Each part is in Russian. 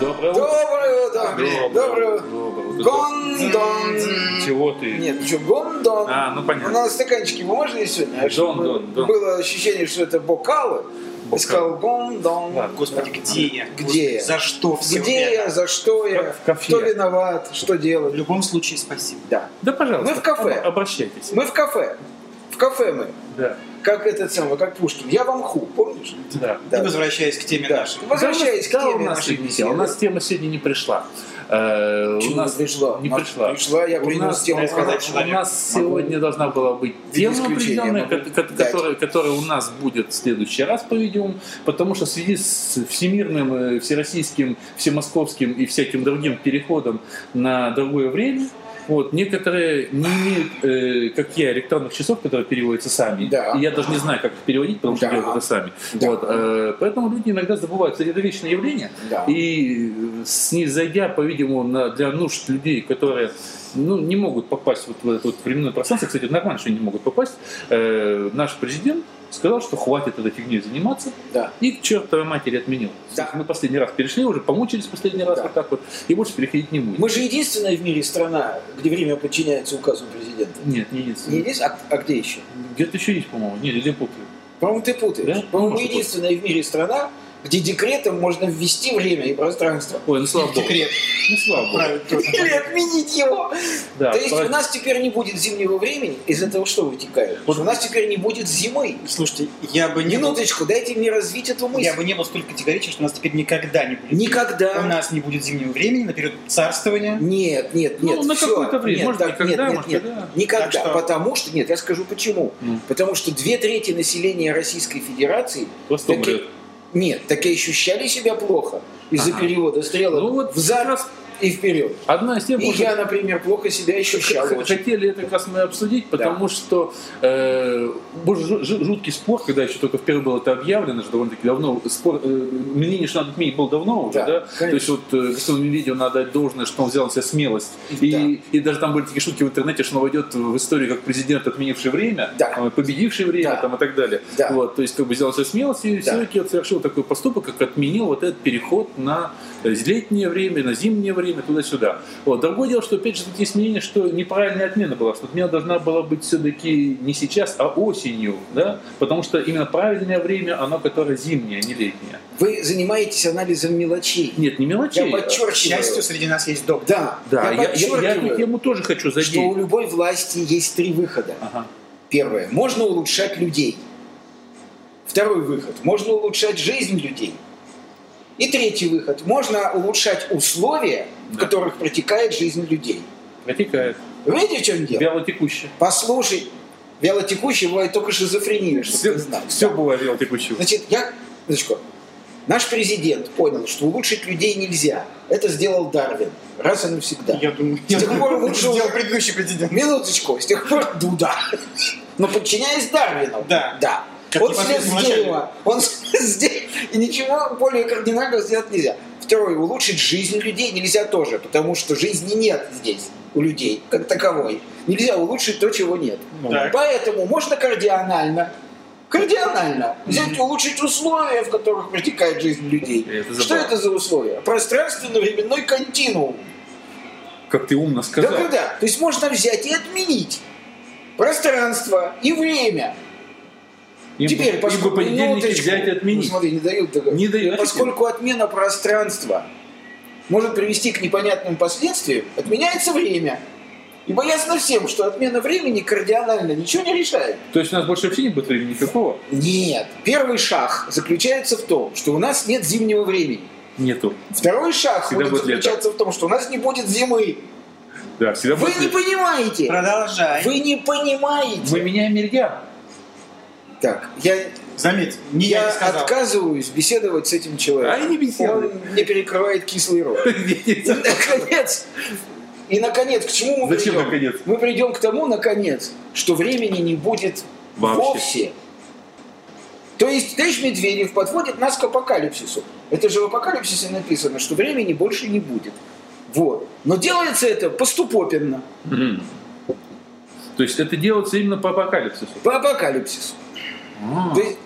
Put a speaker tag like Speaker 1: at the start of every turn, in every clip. Speaker 1: Доброе утро.
Speaker 2: Доброе утро. Доброе утро.
Speaker 1: Доброе утро.
Speaker 2: Гондон.
Speaker 1: Чего ты?
Speaker 2: Нет, ну что, гондон.
Speaker 1: А, ну
Speaker 2: У
Speaker 1: понятно.
Speaker 2: нас стаканчики бумажные сегодня. а что
Speaker 1: Гондон,
Speaker 2: мы-
Speaker 1: да.
Speaker 2: Было ощущение, что это бокалы. Я сказал гондон.
Speaker 1: Ладно.
Speaker 3: Господи, где я? Где
Speaker 2: Где я?
Speaker 3: За что все
Speaker 2: Где я, за что я,
Speaker 1: В кафе.
Speaker 2: кто виноват, что
Speaker 3: В
Speaker 2: делать.
Speaker 3: любом случае, спасибо.
Speaker 2: Да.
Speaker 1: Да, пожалуйста.
Speaker 2: Мы в кафе.
Speaker 1: об- Обращайтесь.
Speaker 2: Мы в кафе. В кафе мы.
Speaker 1: Да.
Speaker 2: Как этот самый, как Пушкин. Я вам ху, помнишь?
Speaker 1: Да.
Speaker 2: Да.
Speaker 3: И возвращаясь к теме
Speaker 2: Да.
Speaker 3: нашей.
Speaker 2: Возвращаясь
Speaker 1: Да,
Speaker 2: к
Speaker 1: у
Speaker 2: теме
Speaker 1: нас
Speaker 2: нашей
Speaker 1: сегодня-
Speaker 2: беседы.
Speaker 1: У нас тема сегодня не пришла. Э,
Speaker 2: Чего
Speaker 1: у нас
Speaker 2: не пришла?
Speaker 1: Не
Speaker 2: Она
Speaker 1: пришла.
Speaker 2: пришла, я
Speaker 1: У
Speaker 2: принес
Speaker 1: нас-
Speaker 2: тему.
Speaker 1: у нас-
Speaker 3: сказать
Speaker 1: У
Speaker 3: человеку.
Speaker 1: нас
Speaker 2: Могу.
Speaker 1: сегодня должна была быть тема
Speaker 2: исключения
Speaker 1: определенная,
Speaker 2: могу
Speaker 1: ко- ко-
Speaker 2: дать.
Speaker 1: которая, которая у нас будет в следующий раз, по-видимому, потому что в связи с всемирным, э, всероссийским, всемосковским и всяким другим переходом на другое время, вот, некоторые не имеют, э, как я, электронных часов, которые переводятся сами.
Speaker 2: Да.
Speaker 1: И я даже не знаю, как их переводить, потому что
Speaker 2: Да.
Speaker 1: делают это сами.
Speaker 2: Да.
Speaker 1: Вот, э, поэтому люди иногда забывают. Кстати, Это вечное явление.
Speaker 2: Да.
Speaker 1: И э, снизойдя, по-видимому, на- для нужд людей, которые ну, не могут попасть вот в это вот временное пространство, кстати, нормально, что они не могут попасть, э, наш президент сказал, что хватит этой фигней заниматься,
Speaker 2: Да.
Speaker 1: и к чертовой матери отменил. То
Speaker 2: Да.
Speaker 1: есть Мы последний раз перешли, уже помучились последний раз
Speaker 2: Да.
Speaker 1: вот так вот, и больше переходить не будем.
Speaker 2: Мы же единственная в мире страна, где время подчиняется указу президента.
Speaker 1: Нет, не единственное.
Speaker 2: Не есть, а, а где еще?
Speaker 1: Где-то еще есть, по-моему. Нет, я путаю.
Speaker 2: По-моему, ты путаешь.
Speaker 1: Да?
Speaker 2: По-моему, мы
Speaker 1: Может быть.
Speaker 2: единственная в мире страна, где декретом можно ввести время и пространство.
Speaker 1: Ой, ну слава богу.
Speaker 3: Декрет.
Speaker 1: Ну слава богу.
Speaker 3: Правильно, тоже.
Speaker 2: Или отменить его.
Speaker 1: Да,
Speaker 2: То есть
Speaker 1: правильно.
Speaker 2: у нас теперь не будет зимнего времени, из этого что вытекает?
Speaker 1: Вот.
Speaker 2: Что у нас теперь не будет зимы.
Speaker 3: Слушайте, я бы не был,
Speaker 2: Минуточку, дайте мне развить эту мысль.
Speaker 3: я бы не был столь категоричен, что у нас теперь никогда не будет.
Speaker 2: Никогда.
Speaker 3: У нас не будет зимнего времени на период царствования.
Speaker 2: Нет, нет,
Speaker 1: Ну,
Speaker 2: нет.
Speaker 1: на
Speaker 2: всё.
Speaker 1: какое-то время.
Speaker 2: Нет,
Speaker 1: Может,
Speaker 2: так,
Speaker 1: никогда,
Speaker 2: нет,
Speaker 1: может,
Speaker 2: нет, нет.
Speaker 1: когда.
Speaker 2: Никогда.
Speaker 3: Так что-
Speaker 2: Потому что, нет, я скажу почему.
Speaker 1: Ну.
Speaker 2: Потому что две трети населения Российской Федерации
Speaker 1: Просто
Speaker 2: таки-
Speaker 1: умрет.
Speaker 2: Нет, так и ощущали себя плохо из-за
Speaker 1: Ага.
Speaker 2: перевода стрелок
Speaker 1: Ну вот
Speaker 2: взад
Speaker 1: как раз
Speaker 2: и вперед.
Speaker 1: одна из тем,
Speaker 2: И
Speaker 1: может,
Speaker 2: я, например, плохо себя ощущал.
Speaker 1: Х-
Speaker 2: очень.
Speaker 1: Хотели это как раз мы обсудить, потому что э, боже, жу- жу- жуткий спор, когда еще только впервые было это объявлено, что довольно-таки давно спор, э, мнение, что надо отменить, было давно уже,
Speaker 2: Да,
Speaker 1: да?
Speaker 2: конечно.
Speaker 1: То есть вот э, господину Медведеву надо отдать должное, что он взял на себя смелость. И, и даже там были такие шутки в интернете, что он войдет в историю как президент, отменивший время,
Speaker 2: Да.
Speaker 1: э, победивший время
Speaker 2: Да.
Speaker 1: там, и так далее.
Speaker 2: Да.
Speaker 1: Вот, то есть как бы взял на себя смелость и
Speaker 2: Да.
Speaker 1: все-таки вот совершил такой поступок, как отменил вот этот переход на э, летнее время, на зимнее время, туда-сюда. Вот. Другое дело, что опять же тут есть мнение, что неправильная отмена была, что отмена должна была быть все-таки не сейчас, а осенью, да? потому что именно правильное время, оно которое зимнее, а не летнее.
Speaker 2: Вы занимаетесь анализом мелочей.
Speaker 1: Нет, не мелочей.
Speaker 2: Я
Speaker 1: а-
Speaker 3: К
Speaker 2: подчеркиваю.
Speaker 3: счастью, среди нас есть доктор.
Speaker 2: Да,
Speaker 1: Да,
Speaker 2: я
Speaker 1: я, я- я эту
Speaker 2: подчеркиваю,
Speaker 1: тему тоже хочу задеть.
Speaker 2: что у любой власти есть три выхода.
Speaker 1: Ага.
Speaker 2: Первое. Можно улучшать людей. Второй выход. Можно улучшать жизнь людей. И третий выход. Можно улучшать условия, в
Speaker 1: Да.
Speaker 2: которых протекает жизнь людей.
Speaker 1: Протекает.
Speaker 2: Видите, в чем дело?
Speaker 1: Вялотекущее.
Speaker 2: Послушай, вялотекущий бывает только шизофрения, чтобы
Speaker 1: Все,
Speaker 2: ты знал.
Speaker 1: все
Speaker 2: Да.
Speaker 1: было вялотекущего.
Speaker 2: Значит, я... Значит, наш президент понял, что улучшить людей нельзя. Это сделал Дарвин. Раз и навсегда.
Speaker 3: Я думаю,
Speaker 2: С тех пор
Speaker 3: думаю,
Speaker 2: лучше
Speaker 3: сделал
Speaker 2: уже.
Speaker 3: предыдущий президент.
Speaker 2: Минуточку, с тех пор Дуда. Но подчиняясь Дарвину.
Speaker 3: Да.
Speaker 2: Да.
Speaker 3: Как
Speaker 2: он
Speaker 3: непосредственно
Speaker 2: слез с
Speaker 3: начальник.
Speaker 2: дерева. Он слез с дерева. И ничего более кардинального сделать нельзя. Второе, улучшить жизнь людей нельзя тоже, потому что жизни нет здесь у людей, как таковой. Нельзя улучшить то, чего нет.
Speaker 3: Так.
Speaker 2: Поэтому можно кардионально, кардионально взять и улучшить условия, в которых протекает жизнь людей.
Speaker 1: Я это забыл.
Speaker 2: Что это за условия? Пространственно-временной континуум.
Speaker 1: Как ты умно
Speaker 2: Да
Speaker 1: сказал.
Speaker 2: когда? То есть можно взять и отменить пространство и время.
Speaker 1: Им бы-
Speaker 2: Теперь,
Speaker 1: им
Speaker 2: поскольку...
Speaker 1: бы понедельники
Speaker 2: минуточку.
Speaker 1: взять и
Speaker 2: Ну,
Speaker 1: отменить.
Speaker 2: смотри, не дают договор.
Speaker 1: Не дают.
Speaker 2: Поскольку отмена пространства может привести к непонятным последствиям, отменяется время. Ибо ясно всем, что отмена времени кардинально ничего не решает.
Speaker 1: То есть у нас больше вообще не будет времени никакого?
Speaker 2: Нет. Первый шаг заключается в том, что у нас нет зимнего времени.
Speaker 1: Нету.
Speaker 2: Второй шаг
Speaker 1: Всегда
Speaker 2: будет
Speaker 1: будет лето.
Speaker 2: заключаться в том, что у нас не будет зимы.
Speaker 1: Да, всегда
Speaker 2: Вы
Speaker 1: будет
Speaker 2: не
Speaker 1: лето.
Speaker 2: понимаете.
Speaker 3: Продолжай.
Speaker 2: Вы не понимаете.
Speaker 1: Мы меняем меридиан.
Speaker 2: Так, я
Speaker 3: Заметь, не я,
Speaker 2: Я
Speaker 3: не сказал.
Speaker 2: отказываюсь беседовать с этим человеком.
Speaker 1: А я не беседую.
Speaker 2: Он мне перекрывает кислый рот. И наконец, и наконец, к чему мы
Speaker 1: Зачем
Speaker 2: придем?
Speaker 1: наконец?
Speaker 2: Мы придем к тому, наконец, что времени не будет
Speaker 1: Вообще.
Speaker 2: вовсе. То есть товарищ Медведев подводит нас к апокалипсису. Это же в апокалипсисе написано, что времени больше не будет. Вот. Но делается это поступопенно,
Speaker 1: Мгм. То есть это делается именно по апокалипсису.
Speaker 2: по апокалипсису.
Speaker 1: А,
Speaker 2: То есть,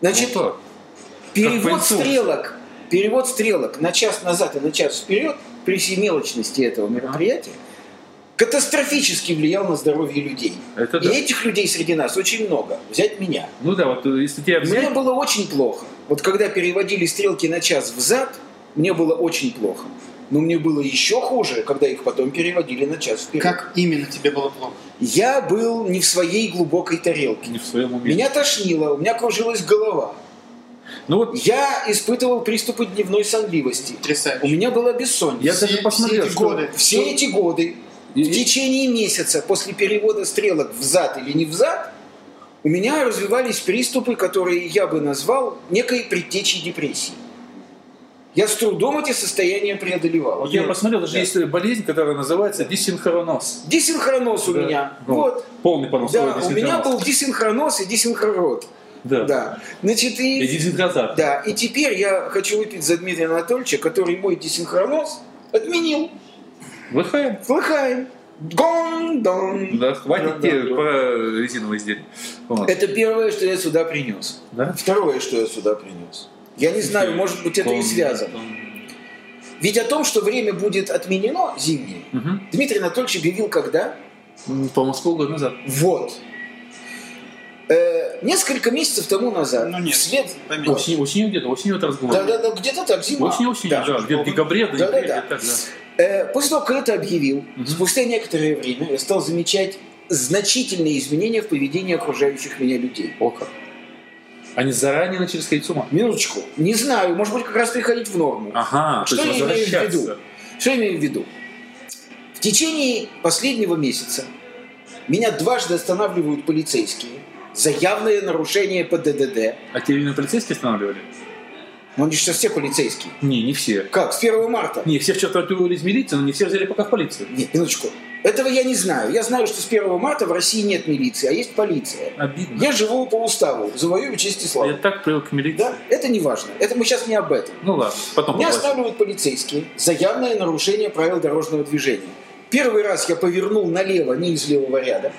Speaker 2: значит,
Speaker 1: вот так.
Speaker 2: перевод
Speaker 1: пыльцу.
Speaker 2: стрелок, перевод стрелок на час назад и на час вперед при всей мелочности этого мероприятия катастрофически влиял на здоровье людей.
Speaker 1: Это
Speaker 2: И
Speaker 1: да.
Speaker 2: этих людей среди нас очень много. Взять меня.
Speaker 1: Ну да, вот э, если тебя
Speaker 2: Мне
Speaker 1: взять,
Speaker 2: было очень плохо. Вот когда переводили стрелки на час взад, мне было очень плохо. Но мне было еще хуже, когда их потом переводили на час вперед.
Speaker 3: Как именно тебе было плохо?
Speaker 2: Я был не в своей глубокой тарелке.
Speaker 1: не в своем уме.
Speaker 2: Меня тошнило, у меня кружилась голова.
Speaker 1: Ну вот
Speaker 2: Я испытывал приступы дневной сонливости. У
Speaker 3: Потрясающе.
Speaker 2: меня была бессонница.
Speaker 1: я
Speaker 3: все-
Speaker 1: даже посмотрел,
Speaker 3: все эти
Speaker 1: что-
Speaker 3: годы. Ну,
Speaker 2: Все эти годы,
Speaker 1: И-
Speaker 2: в течение месяца после перевода стрелок взад или не взад, у меня развивались приступы, которые я бы назвал некой предтечей депрессии. Я с трудом эти состояния преодолевал.
Speaker 1: вот я
Speaker 2: Ну,
Speaker 1: посмотрел, даже
Speaker 2: да.
Speaker 1: есть э, болезнь, которая называется дисинхроноз.
Speaker 2: Дисинхроноз у
Speaker 1: Да.
Speaker 2: меня.
Speaker 1: Ну,
Speaker 2: Вот.
Speaker 1: Полный по-моему,
Speaker 2: Да,
Speaker 1: слово
Speaker 2: у меня
Speaker 1: дисинхроноз.
Speaker 2: был дисинхроноз и дисинхрород.
Speaker 1: Да.
Speaker 2: Да. Значит,
Speaker 1: И дисинхрозат.
Speaker 2: Да, и теперь я хочу выпить за Дмитрия Анатольевича, который мой десинхроноз отменил.
Speaker 1: Выходим.
Speaker 2: Слыхаем. Гон, дон.
Speaker 1: Да, хватит
Speaker 2: Да,
Speaker 1: тебе
Speaker 2: да, да.
Speaker 1: про резиновые изделия. Вот.
Speaker 2: Это первое, что я сюда принес.
Speaker 1: Да?
Speaker 2: Второе, что я сюда принес. Я не знаю, может быть, это и связано. Ведь о том, что время будет отменено зимнее,
Speaker 1: Мгм.
Speaker 2: Дмитрий Анатольевич объявил когда?
Speaker 1: М, По-моему, с полгода назад.
Speaker 2: Вот. Э, несколько месяцев тому назад.
Speaker 3: Ну, нет,
Speaker 2: вслед...
Speaker 3: поменьше.
Speaker 2: Ой,
Speaker 1: Осенью, осенью где-то, осенью это разговор.
Speaker 2: Да, да, да, где-то так, зима.
Speaker 1: Осенью, осенью,
Speaker 2: Да.
Speaker 1: да, где-то в декабре, да,
Speaker 2: Да-да-да.
Speaker 1: где-то так, да.
Speaker 2: Э, После того, как я это объявил,
Speaker 1: Мгм.
Speaker 2: спустя некоторое время я стал замечать значительные изменения в поведении окружающих меня людей.
Speaker 1: О как. Они заранее начали сходить с ума.
Speaker 2: Минуточку. Не знаю, может быть, как раз приходить в норму.
Speaker 1: Ага,
Speaker 2: Что
Speaker 1: то есть
Speaker 2: я имею в
Speaker 1: возвращаться.
Speaker 2: виду? Что я имею в виду? В течение последнего месяца меня дважды останавливают полицейские за явное нарушение ПДДД.
Speaker 1: А тебя именно полицейские останавливали?
Speaker 2: Но они сейчас все полицейские.
Speaker 1: Не, не все.
Speaker 2: Как, с 1 марта?
Speaker 1: Не, все вчера отправили из милиции, но не все взяли пока в полицию.
Speaker 2: Нет, минуточку. Этого я не знаю. Я знаю, что с 1 марта в России нет милиции, а есть полиция.
Speaker 1: Обидно.
Speaker 2: Я живу по уставу, завоюю честь и
Speaker 1: Я
Speaker 2: славу.
Speaker 1: так привык к милиции.
Speaker 2: Да? Это не важно. Это мы сейчас не об этом.
Speaker 1: Ну ладно, потом
Speaker 2: Меня
Speaker 1: поговорим.
Speaker 2: останавливают полицейские за явное нарушение правил дорожного движения. Первый раз я повернул налево, не из левого ряда.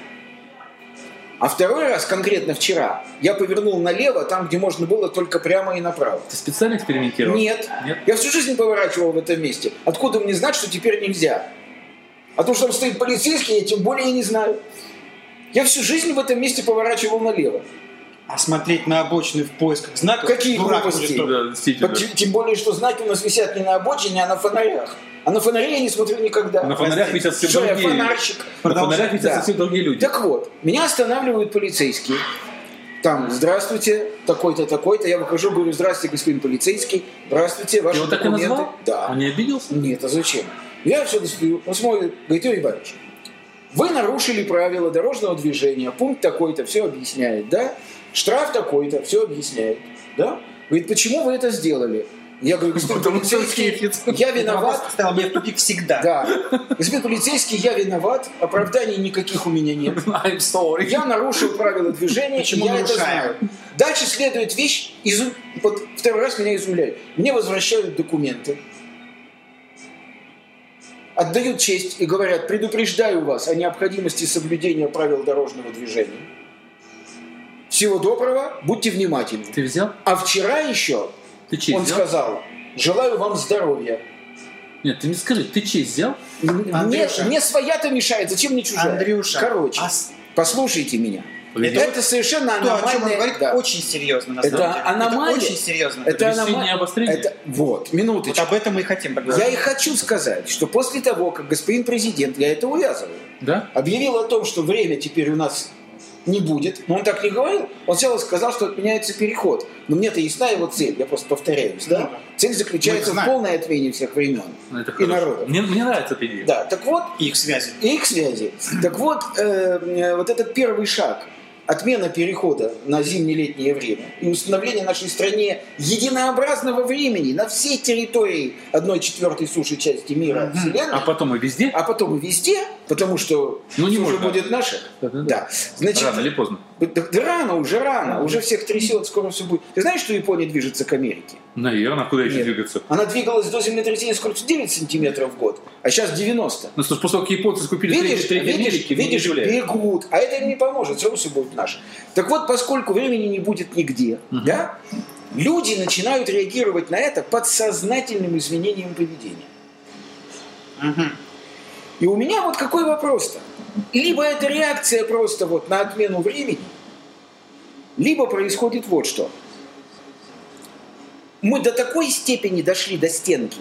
Speaker 2: А второй раз, конкретно вчера, я повернул налево, там, где можно было только прямо и направо.
Speaker 1: Ты специально экспериментировал?
Speaker 2: Нет.
Speaker 1: Нет?
Speaker 2: Я всю жизнь поворачивал в этом месте. Откуда мне знать, что теперь нельзя? А то, что там стоит полицейский, я тем более не знаю. Я всю жизнь в этом месте поворачивал налево.
Speaker 3: А смотреть на обочины в поисках знаков...
Speaker 2: Какие
Speaker 3: дурак
Speaker 2: глупости?
Speaker 3: будет только.
Speaker 1: Ну Да, действительно.
Speaker 2: Вот Тем, тем более, что знаки у нас висят не на обочине, а на фонарях. А на фонари я не смотрю никогда.
Speaker 1: На фонарях висят все
Speaker 2: Что я,
Speaker 1: другие.
Speaker 2: фонарщик?
Speaker 1: На
Speaker 3: Продолжай.
Speaker 1: фонарях висят
Speaker 2: Да.
Speaker 1: совсем другие люди.
Speaker 2: Так вот, меня останавливают полицейские. Там, здравствуйте, такой-то, такой-то. Я выхожу, говорю, здравствуйте, господин полицейский. Здравствуйте,
Speaker 1: Ты
Speaker 2: ваши
Speaker 1: его так и
Speaker 2: документы.
Speaker 1: назвал?
Speaker 2: Да.
Speaker 1: Он не обиделся?
Speaker 2: Нет, а зачем? Я все достаю. Он смотрит, говорит, Юрий Иванович, вы нарушили правила дорожного движения, пункт такой-то, все объясняет, да? Штраф такой-то, все объясняет, да? Говорит, почему вы это сделали? Я говорю, господин
Speaker 1: Потому что он
Speaker 2: полицейский,
Speaker 1: кефит.
Speaker 2: я
Speaker 3: Вопрос
Speaker 2: виноват.
Speaker 3: поставил меня в тупик всегда.
Speaker 2: Да. Господин полицейский, я виноват, оправданий никаких у меня нет.
Speaker 1: I'm sorry.
Speaker 2: Я нарушил правила движения,
Speaker 3: Почему
Speaker 2: и я это
Speaker 3: нарушаю?
Speaker 2: знаю. Дальше следует вещь, изу- вот второй раз меня изумляют. Мне возвращают документы, отдают честь и говорят, предупреждаю вас о необходимости соблюдения правил дорожного движения. Всего доброго, будьте внимательны.
Speaker 1: Ты взял?
Speaker 2: А вчера еще
Speaker 1: Ты честь
Speaker 2: он
Speaker 1: взял?
Speaker 2: сказал, желаю вам здоровья.
Speaker 1: Нет, ты мне скажи, ты честь взял?
Speaker 2: М- Мне,
Speaker 3: Андрюша.
Speaker 2: мне своя-то мешает, зачем мне чужая?
Speaker 3: Андрюша,
Speaker 2: Короче,
Speaker 3: а с-
Speaker 2: послушайте меня.
Speaker 1: Погоди.
Speaker 2: Это, совершенно
Speaker 3: то,
Speaker 2: аномальная...
Speaker 3: о чем он говорит,
Speaker 2: да.
Speaker 3: очень серьезно, на
Speaker 2: Это
Speaker 3: самом деле.
Speaker 2: аномалия.
Speaker 3: Это очень серьезно.
Speaker 2: Это
Speaker 1: Объяснение
Speaker 2: аномалия.
Speaker 1: обострения?
Speaker 2: Это- Вот,
Speaker 3: Вот
Speaker 2: минуточку.
Speaker 3: об этом мы и хотим
Speaker 2: Я
Speaker 3: поговорить.
Speaker 2: и хочу сказать, что после того, как господин президент, я это увязываю,
Speaker 1: Да?
Speaker 2: объявил о том, что время теперь у нас не будет, но он так не говорил, он сел и сказал, что отменяется переход. Но мне-то ясна его цель, я просто повторяюсь,
Speaker 3: Ну
Speaker 2: да?
Speaker 3: да.
Speaker 2: Цель заключается
Speaker 3: Мы
Speaker 2: в
Speaker 3: знаем.
Speaker 2: полной отмене всех времен.
Speaker 1: Ну, Это
Speaker 2: И
Speaker 1: хорошо.
Speaker 2: народа.
Speaker 1: Мне, мне нравится эта идея.
Speaker 2: Да, так вот,
Speaker 3: И их связи.
Speaker 2: и их связи. Так вот, э, э, вот этот первый шаг, отмена перехода на зимне-летнее время и установление в нашей стране единообразного времени на всей территории 1 четвертой суши части мира
Speaker 3: Мгм.
Speaker 2: Вселенной,
Speaker 1: А потом и везде?
Speaker 2: а потом и везде, Потому что
Speaker 1: Ну, не
Speaker 2: всё же
Speaker 1: можно.
Speaker 2: будет наше.
Speaker 1: Да, да, да.
Speaker 2: Значит,
Speaker 1: Рано или поздно.
Speaker 2: да- да рано, уже рано, уже всех трясет, скоро все будет. Ты знаешь, что Япония движется к Америке?
Speaker 1: Наверное, куда еще
Speaker 2: Нет.
Speaker 1: двигаться?
Speaker 2: Она двигалась до землетрясения скоростью 9 сантиметров в год, а сейчас 90.
Speaker 1: Ну, слушай, после того, как японцы скупили
Speaker 2: Видишь,
Speaker 1: треть- треть
Speaker 2: видишь,
Speaker 1: Америки, ну, не
Speaker 2: видишь,
Speaker 1: удивляйся.
Speaker 2: бегут, а это им не поможет, все равно все будет наше. Так вот, поскольку времени не будет нигде, да, люди начинают реагировать на это подсознательным изменением поведения. И у меня вот какой вопрос-то? Либо это реакция просто вот на отмену времени, либо происходит вот что. Мы до такой степени дошли до стенки,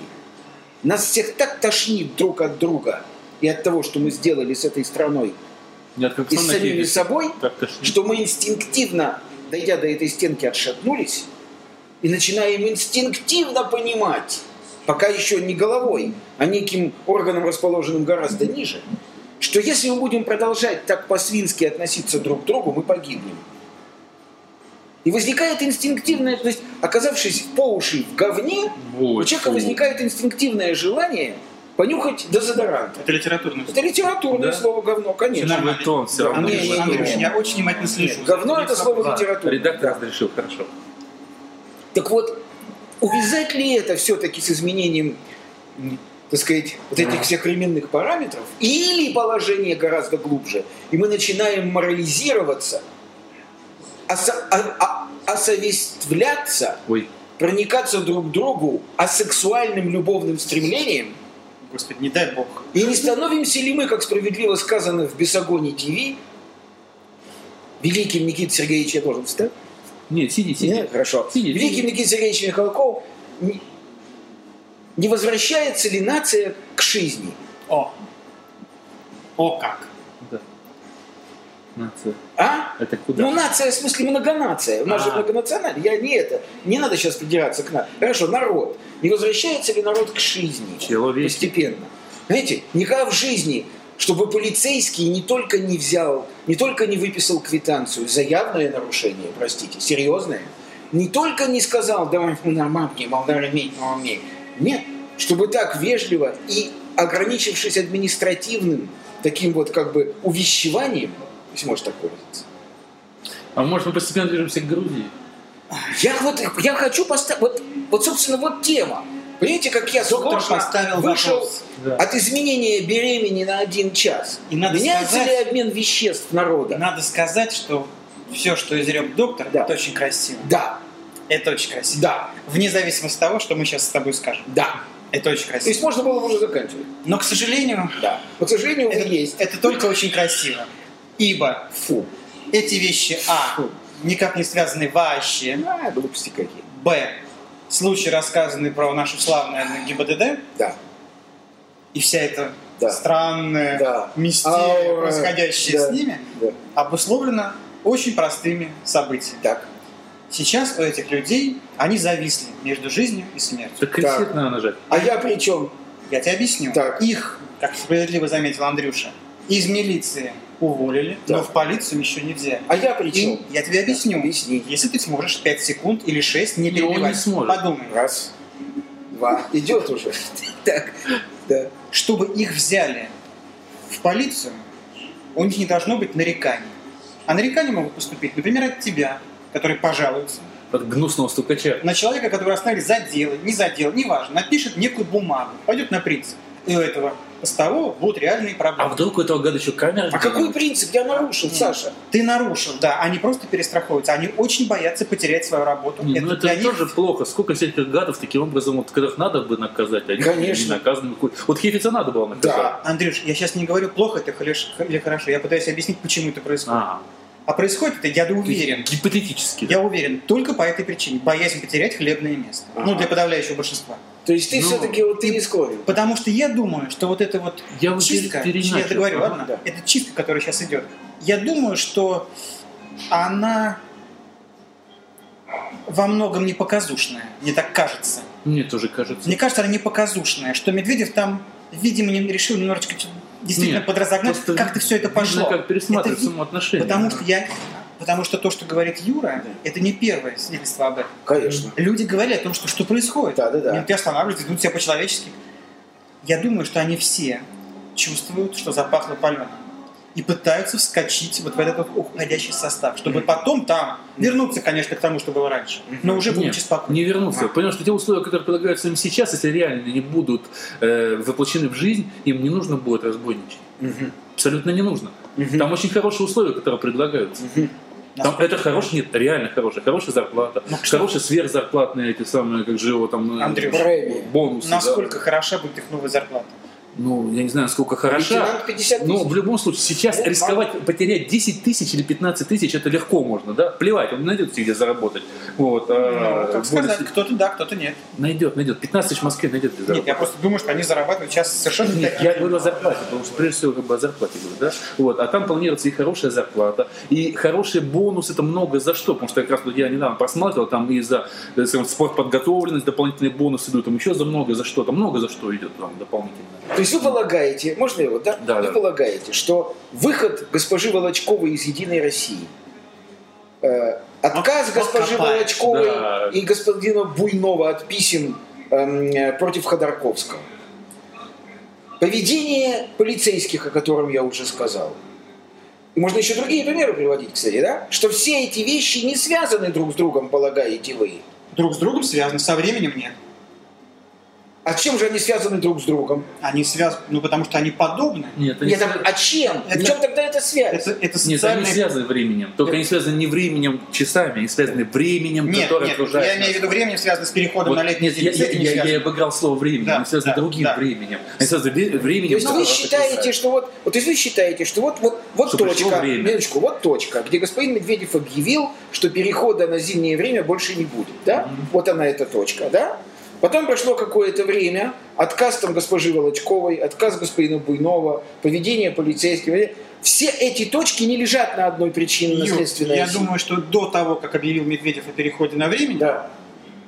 Speaker 2: нас всех так тошнит друг от друга и от того, что мы сделали с этой страной,
Speaker 1: Нет, как
Speaker 2: и с
Speaker 1: сон
Speaker 2: самими
Speaker 1: накинешь.
Speaker 2: собой,
Speaker 1: Так тошнит.
Speaker 2: что мы инстинктивно, дойдя до этой стенки, отшатнулись и начинаем инстинктивно понимать, пока еще не головой, а неким органом, расположенным гораздо ниже, что если мы будем продолжать так по-свински относиться друг к другу, мы погибнем. И возникает инстинктивное, то есть, оказавшись по уши в говне,
Speaker 1: Вот,
Speaker 2: у человека
Speaker 1: фу.
Speaker 2: возникает инстинктивное желание понюхать дезодорант.
Speaker 3: Это литературное
Speaker 2: Это литературное
Speaker 1: Да.
Speaker 2: слово говно, конечно.
Speaker 3: Всё
Speaker 1: Нормальный тон всё
Speaker 3: Да,
Speaker 1: равно.
Speaker 3: Андрюш,
Speaker 2: Не-не-не.
Speaker 3: Андрюш, я очень внимательно слежу.
Speaker 2: Нет, говно
Speaker 3: за
Speaker 2: это
Speaker 3: твоим
Speaker 2: слово литература.
Speaker 1: Редактор разрешил, хорошо.
Speaker 2: Так вот, увязать ли это все-таки с изменением, м, так сказать, вот этих всех временных параметров, или положение гораздо глубже, и мы начинаем морализироваться, осо- а- а- осовествляться,
Speaker 1: Ой,
Speaker 2: проникаться друг другу асексуальным любовным стремлением,
Speaker 3: словам. Господи, не дай бог.
Speaker 2: и не становимся ли мы, как справедливо сказано в Бесогоне ТВ, великим Никита Сергеевич, я должен встать?
Speaker 1: нет, сиди, сиди.
Speaker 2: Нет, Э, хорошо.
Speaker 1: Сиди, сиди.
Speaker 2: Великий Никита Сергеевич Михалков, не, не возвращается ли нация к жизни?
Speaker 3: О. О как.
Speaker 1: Да. Нация.
Speaker 2: А?
Speaker 1: Это куда?
Speaker 2: Ну, нация, в смысле, многонация. У нас же
Speaker 3: А.
Speaker 2: многонациональная. Я не это. Не надо сейчас придираться к нам. Хорошо, народ. Не возвращается ли народ к жизни?
Speaker 1: Человек.
Speaker 2: Постепенно. Знаете, никогда в жизни, чтобы полицейский не только не взял, не только не выписал квитанцию за явное нарушение, простите, серьезное, не только не сказал, давай, ну, нормально, молдар иметь, но умей». Нет, чтобы так вежливо и ограничившись административным таким вот как бы увещеванием, если можно так выразиться,
Speaker 1: А может мы постепенно движемся к Грузии?
Speaker 2: я вот я хочу поставить. Вот, вот, собственно, вот тема. Понимаете, как я
Speaker 3: Доктор
Speaker 2: сложно
Speaker 3: поставил
Speaker 2: вышел
Speaker 3: вопрос.
Speaker 1: Да.
Speaker 2: от изменения беремени на один час.
Speaker 3: И надо
Speaker 2: Меняется
Speaker 3: сказать-
Speaker 2: ли обмен веществ народа?
Speaker 3: Надо сказать, что все, что изрек доктор,
Speaker 2: Да.
Speaker 3: это очень красиво.
Speaker 2: Да,
Speaker 3: Это очень красиво.
Speaker 2: да,
Speaker 3: Вне зависимости от того, что мы сейчас с тобой скажем.
Speaker 2: да.
Speaker 3: Это очень
Speaker 2: То есть
Speaker 3: красиво.
Speaker 2: можно было бы уже заканчивать.
Speaker 3: Но, к сожалению,
Speaker 2: Да. Но, к сожалению,
Speaker 3: это,
Speaker 2: это есть.
Speaker 3: это только очень красиво. Ибо
Speaker 2: Фу.
Speaker 3: эти вещи, а,
Speaker 2: Фу.
Speaker 3: никак не связаны вообще,
Speaker 2: А, глупости какие.
Speaker 3: б, случай, рассказанный про нашу славную ГИБДД,
Speaker 2: Да.
Speaker 3: и вся эта
Speaker 2: Да.
Speaker 3: странная
Speaker 2: Да.
Speaker 3: мистерия,
Speaker 2: Аура.
Speaker 3: происходящая
Speaker 2: Да.
Speaker 3: с ними,
Speaker 2: Да.
Speaker 3: обусловлена очень простыми событиями.
Speaker 2: Так.
Speaker 3: Сейчас у этих людей они зависли между жизнью и смертью.
Speaker 1: Так кресет
Speaker 2: Так.
Speaker 1: надо нажать.
Speaker 2: А я при чем?
Speaker 3: Я тебе объясню.
Speaker 2: Так.
Speaker 3: Их, как справедливо заметил Андрюша, из милиции уволили, но
Speaker 2: Так.
Speaker 3: в полицию еще не взяли.
Speaker 2: А я при
Speaker 3: И
Speaker 2: чем?
Speaker 3: я тебе объясню.
Speaker 2: Объясни.
Speaker 3: Если ты сможешь 5 секунд или 6 не
Speaker 1: И он не
Speaker 3: перебивать,
Speaker 1: сможет.
Speaker 3: подумай. а,
Speaker 2: Раз, два. Идет уже. Так. Да.
Speaker 3: Чтобы их взяли в полицию, у них не должно быть нареканий. А нарекания могут поступить, например, от тебя, который пожалуется,
Speaker 1: От гнусного стукача.
Speaker 3: на человека, который остановили за дело, не за дело, неважно, напишет некую бумагу, пойдет на принцип. И у этого постового будут реальные
Speaker 1: А
Speaker 3: проблемы.
Speaker 1: вдруг у этого гада еще камера?
Speaker 2: А какой принцип я нарушил, Саша?
Speaker 3: Ты нарушил, да, они просто перестраховываются, они очень боятся потерять свою работу.
Speaker 1: Не, ну это
Speaker 3: для них-
Speaker 1: тоже плохо. Сколько всяких гадов таким образом, вот которых надо бы наказать, а они
Speaker 2: Конечно.
Speaker 1: не наказаны. Хуй. Вот Хефица надо было наказать.
Speaker 3: Андрюш, я сейчас не говорю плохо это хлеш- или хорошо, я пытаюсь объяснить, почему это происходит.
Speaker 1: А,
Speaker 3: А происходит это, я
Speaker 1: то
Speaker 3: уверен,
Speaker 1: есть Гипотетически.
Speaker 3: я уверен, только по этой причине, боязнь потерять хлебное место. Ну,
Speaker 2: Ага.
Speaker 3: для подавляющего большинства.
Speaker 2: То есть ты
Speaker 1: Ну,
Speaker 2: все-таки вот ты не склонен.
Speaker 3: Потому что я думаю, что вот это вот
Speaker 1: Я вот
Speaker 3: чистка,
Speaker 1: пере- переначал.
Speaker 3: я это говорю,
Speaker 1: Ага,
Speaker 3: ладно?
Speaker 2: да.
Speaker 3: Это чистка, которая сейчас идет. Я думаю, что она во многом не показушная, мне так кажется.
Speaker 1: Мне тоже кажется.
Speaker 3: Мне кажется, она не показушная, что Медведев там, видимо, не решил немножечко чё- действительно
Speaker 1: Нет,
Speaker 3: подразогнать,
Speaker 1: просто
Speaker 3: как-то все это
Speaker 1: видно,
Speaker 3: пошло.
Speaker 1: как пересматривать
Speaker 3: Это ви-
Speaker 1: самоотношение.
Speaker 3: Потому что я, потому что то, что говорит Юра, это не первое свидетельство об этом.
Speaker 2: Конечно.
Speaker 3: Люди говорят о том, что, что происходит.
Speaker 2: Да, да, да.
Speaker 3: Менты останавливаются, идут себя по-человечески. Я думаю, что они все чувствуют, что запахло паленым. И пытаются вскочить вот в этот вот уходящий состав, чтобы потом там вернуться, конечно, к тому, что было раньше. Но Ну, уже
Speaker 1: Нет,
Speaker 3: будучи спокойно. А.
Speaker 1: не вернуться. Потому что те условия, которые предлагаются им сейчас, если реально не будут э, воплощены в жизнь, им не нужно будет разбойничать. Абсолютно не нужно. Там очень хорошие условия, которые предлагаются. Там это хорошая, нет, реально хорошая, хорошая зарплата, хорошие сверхзарплатные эти самые, как же его там, э,
Speaker 3: Ну, Андрюш,
Speaker 2: Премия.
Speaker 1: бонусы. да.
Speaker 3: Насколько хороша будет их новая зарплата?
Speaker 1: Ну, я не знаю, сколько хороша.
Speaker 2: Лейтенант 50 тысяч.
Speaker 1: Но в любом случае, сейчас
Speaker 2: Ну,
Speaker 1: рисковать, потерять 10 тысяч или 15 тысяч, это легко можно, да? Плевать, он найдет где заработать. Вот, а,
Speaker 3: Ну, как
Speaker 1: более-
Speaker 3: сказать, кто-то да, кто-то нет.
Speaker 1: Найдет, найдет. 15 тысяч в Москве найдет где
Speaker 3: Нет,
Speaker 1: заработать.
Speaker 3: я просто думаю, что они зарабатывают сейчас совершенно не
Speaker 1: Нет,
Speaker 3: такие.
Speaker 1: я говорю о зарплате, потому что прежде всего как бы о зарплате говорю, да? Вот, а там планируется и хорошая зарплата, и хорошие бонусы, это много за что, потому что как раз вот я недавно просматривал, там и за э, скажем, спортподготовленность дополнительные бонусы идут, там еще за много за что, там много за что идет там дополнительно.
Speaker 2: То есть вы полагаете, можно его, да?
Speaker 1: Да,
Speaker 2: вы
Speaker 1: да.
Speaker 2: полагаете, что выход госпожи Волочковой из «Единой России», э, отказ
Speaker 3: Вот
Speaker 2: госпожи
Speaker 3: копаешь,
Speaker 2: Волочковой
Speaker 1: да.
Speaker 2: и господина Буйнова от писем эм, э, против Ходорковского, поведение полицейских, о котором я уже сказал, и можно еще другие примеры приводить, кстати, да? Что все эти вещи не связаны друг с другом, полагаете вы.
Speaker 3: Друг с другом связаны, со временем нет.
Speaker 2: А чем же они связаны друг с другом?
Speaker 3: Они связаны, ну потому что они подобны.
Speaker 1: Нет, они
Speaker 2: Нет,
Speaker 1: связаны-
Speaker 2: а а чем?
Speaker 3: Это-
Speaker 2: В чем тогда эта связь?
Speaker 3: Это, это
Speaker 1: Нет, они
Speaker 3: социальные...
Speaker 1: не связаны временем. Только они связаны не временем, часами, они связаны временем,
Speaker 3: Нет,
Speaker 1: которое
Speaker 3: нет,
Speaker 1: окружает
Speaker 3: я имею в
Speaker 1: нас.
Speaker 3: виду времени, связано с
Speaker 1: Вот,
Speaker 3: переходом на летний
Speaker 1: нет, я,
Speaker 3: день. С
Speaker 1: я,
Speaker 3: этим не
Speaker 1: я- я
Speaker 3: связано.
Speaker 1: обыграл слово временем,
Speaker 3: Да,
Speaker 1: они связаны
Speaker 3: да,
Speaker 1: другим
Speaker 3: да.
Speaker 1: временем. Они связаны ве- временем.
Speaker 2: То есть ну,
Speaker 1: которое
Speaker 2: вы
Speaker 1: нас
Speaker 2: считаете,
Speaker 1: окружает.
Speaker 2: что вот, вот есть вы считаете, что вот, вот, вот
Speaker 1: Что пришло
Speaker 2: точка,
Speaker 1: время.
Speaker 2: минуточку, вот точка, где господин Медведев объявил, что перехода на зимнее время больше не будет, да? Вот она эта точка, да? Потом прошло какое-то время, отказ там госпожи Волочковой, отказ господина Буйнова, поведение полицейских. Все эти точки не лежат на одной причинно-следственной
Speaker 3: Я
Speaker 2: оси.
Speaker 3: думаю, что до того, как объявил Медведев о переходе на времени,
Speaker 2: Да.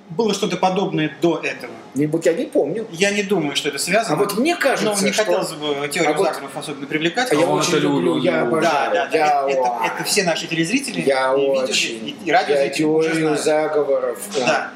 Speaker 3: было что-то подобное до этого.
Speaker 2: Не- вот Я не помню.
Speaker 3: Я не думаю, что это связано.
Speaker 2: А вот мне кажется,
Speaker 3: Но не
Speaker 2: что-
Speaker 3: хотелось бы теорию
Speaker 2: А вот-
Speaker 3: заговоров особенно привлекать.
Speaker 2: А я
Speaker 1: А он
Speaker 2: очень
Speaker 1: это
Speaker 2: люблю,
Speaker 1: любит,
Speaker 2: я
Speaker 1: он любит.
Speaker 3: Да,
Speaker 2: обожаю.
Speaker 3: да, да.
Speaker 2: Я
Speaker 3: Это,
Speaker 2: очень.
Speaker 3: это все наши телезрители,
Speaker 2: Я
Speaker 3: и
Speaker 2: очень.
Speaker 3: видеозрители, и
Speaker 2: я
Speaker 3: радиозрители уже
Speaker 2: теорию
Speaker 3: знают.
Speaker 2: заговоров.
Speaker 3: Да.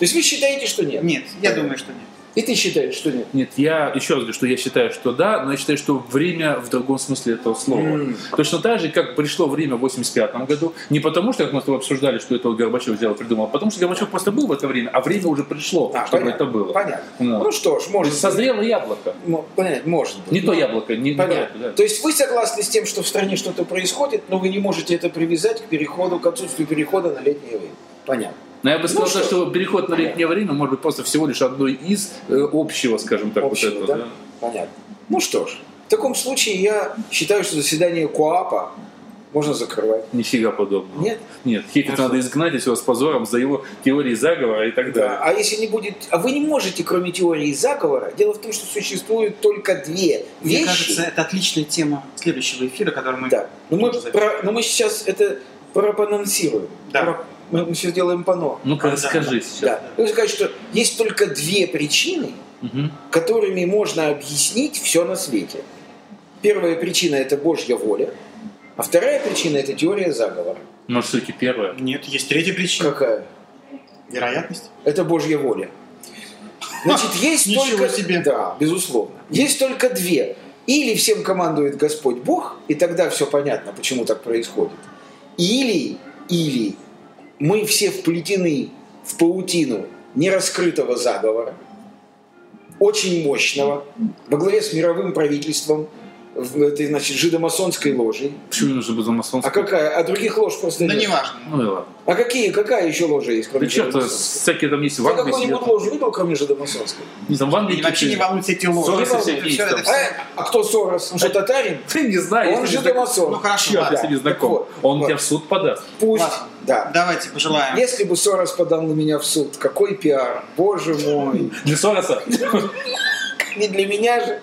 Speaker 2: То есть вы считаете, что нет?
Speaker 3: Нет, я думаю, что нет.
Speaker 2: И ты считаешь, что нет?
Speaker 1: Нет, я еще раз говорю, что я считаю, что да, но я считаю, что время в другом смысле этого слова.
Speaker 2: М.
Speaker 1: Точно так же, как пришло время в 85 году, не потому что, как мы с тобой обсуждали, что это вот Горбачев сделал, придумал, а потому что Горбачев просто был в это время, а время уже пришло,
Speaker 2: А,
Speaker 1: чтобы
Speaker 2: понятно,
Speaker 1: это было.
Speaker 2: Понятно.
Speaker 1: Вот.
Speaker 2: Ну что ж, может быть.
Speaker 1: Созрело яблоко.
Speaker 2: М- Понятно, может быть. Ну,
Speaker 1: Не то яблоко, не
Speaker 2: Понятно.
Speaker 1: да.
Speaker 2: То есть вы согласны с тем, что в стране что-то происходит, но вы не можете это привязать к переходу, к отсутствию перехода на летнее время. Понятно.
Speaker 1: Но я бы сказал,
Speaker 2: что
Speaker 1: что,
Speaker 2: ж.
Speaker 1: переход на летнее время может быть просто всего лишь одной из э, общего, скажем так,
Speaker 2: Общего,
Speaker 1: вот
Speaker 2: да?
Speaker 1: этого. да.
Speaker 2: Понятно. Ну что ж, в таком случае я считаю, что заседание КОАПа можно закрывать.
Speaker 1: Нифига подобного.
Speaker 2: Нет?
Speaker 1: Нет, Хейфет надо изгнать отсюда с позором за его теории заговора и так далее.
Speaker 2: Да. А если не будет... А вы не можете, кроме теории заговора, дело в том, что существует только две
Speaker 3: Мне
Speaker 2: вещи.
Speaker 3: кажется, это отличная тема следующего эфира, который мы...
Speaker 2: Да. Но мы,
Speaker 3: Тоже за-
Speaker 2: про- но мы сейчас это пропанонсируем.
Speaker 3: Да. Ну,
Speaker 2: Про- Мы, мы сейчас делаем пано.
Speaker 1: Ну-ка,
Speaker 3: Да,
Speaker 1: расскажи сейчас.
Speaker 2: Да. Нужно сказать, что есть только две причины,
Speaker 1: Мгм.
Speaker 2: которыми можно объяснить все на свете. Первая причина – это Божья воля, а вторая причина – это теория заговора.
Speaker 1: Может, все-таки первое.
Speaker 3: Нет, есть третья причина.
Speaker 2: Какая?
Speaker 3: Вероятность.
Speaker 2: Это Божья воля. Значит, есть
Speaker 3: Ничего
Speaker 2: только...
Speaker 3: себе.
Speaker 2: Да, безусловно. Есть только две. Или всем командует Господь Бог, и тогда все понятно, почему так происходит. Или, или мы все вплетены в паутину нераскрытого заговора, очень мощного, во главе с мировым правительством, в этой, значит, жидомасонской ложей.
Speaker 1: Почему не нужно было масонство?
Speaker 2: А какая? А других лож просто
Speaker 3: Но
Speaker 2: нет.
Speaker 3: неважно.
Speaker 1: Ну и ладно.
Speaker 2: А какие? Какая еще ложа есть,
Speaker 1: Да
Speaker 2: кроме
Speaker 1: черт,
Speaker 2: жидомасонской?
Speaker 1: всякие там есть в
Speaker 2: Ты
Speaker 1: Англии
Speaker 2: какую-нибудь
Speaker 1: сидят.
Speaker 2: ложу видел, кроме жидомасонской?
Speaker 1: Не знаю, в Англии
Speaker 3: И вообще не
Speaker 1: какие-то-
Speaker 3: волнуются эти лозы.
Speaker 1: Ссоры
Speaker 3: Это
Speaker 1: со
Speaker 3: всё-
Speaker 1: всеми
Speaker 3: всё
Speaker 1: есть
Speaker 3: это
Speaker 1: там.
Speaker 3: всё-
Speaker 2: А, а кто Сорос? Он что, татарин?
Speaker 1: Ты не знаешь.
Speaker 2: Он
Speaker 1: если
Speaker 2: же
Speaker 1: ты-
Speaker 2: домосон.
Speaker 3: Ну хорошо,
Speaker 1: Черт,
Speaker 3: ладно.
Speaker 1: я с ним знаком.
Speaker 2: вот,
Speaker 1: Он
Speaker 2: вот.
Speaker 1: тебя в суд подаст.
Speaker 2: Пусть,
Speaker 3: Ладно.
Speaker 2: да.
Speaker 3: Давайте пожелаем.
Speaker 2: Если бы Сорос подал на меня в суд, какой пиар, боже мой.
Speaker 1: Для Сороса.
Speaker 2: Не для меня же.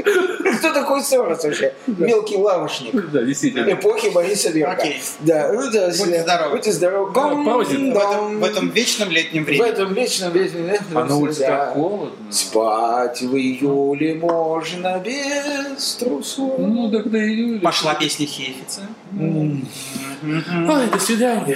Speaker 2: Кто такой Сорос вообще? Мелкий лавочник
Speaker 1: Да, действительно.
Speaker 2: эпохи Бориса Берга.
Speaker 3: Окей.
Speaker 2: Да, ну да,
Speaker 3: Будьте здоровы.
Speaker 2: Будьте здоровы.
Speaker 1: Да, паузит.
Speaker 3: В этом, в этом вечном летнем
Speaker 2: ну, в
Speaker 3: времени.
Speaker 2: этом вечном вечном
Speaker 1: А
Speaker 2: вечном
Speaker 1: на улице
Speaker 2: всегда.
Speaker 1: так холодно.
Speaker 2: Спать в июле можно без трусов.
Speaker 1: Ну, так до июля.
Speaker 3: Пошла песня Хейфица.
Speaker 1: Ой, до свидания.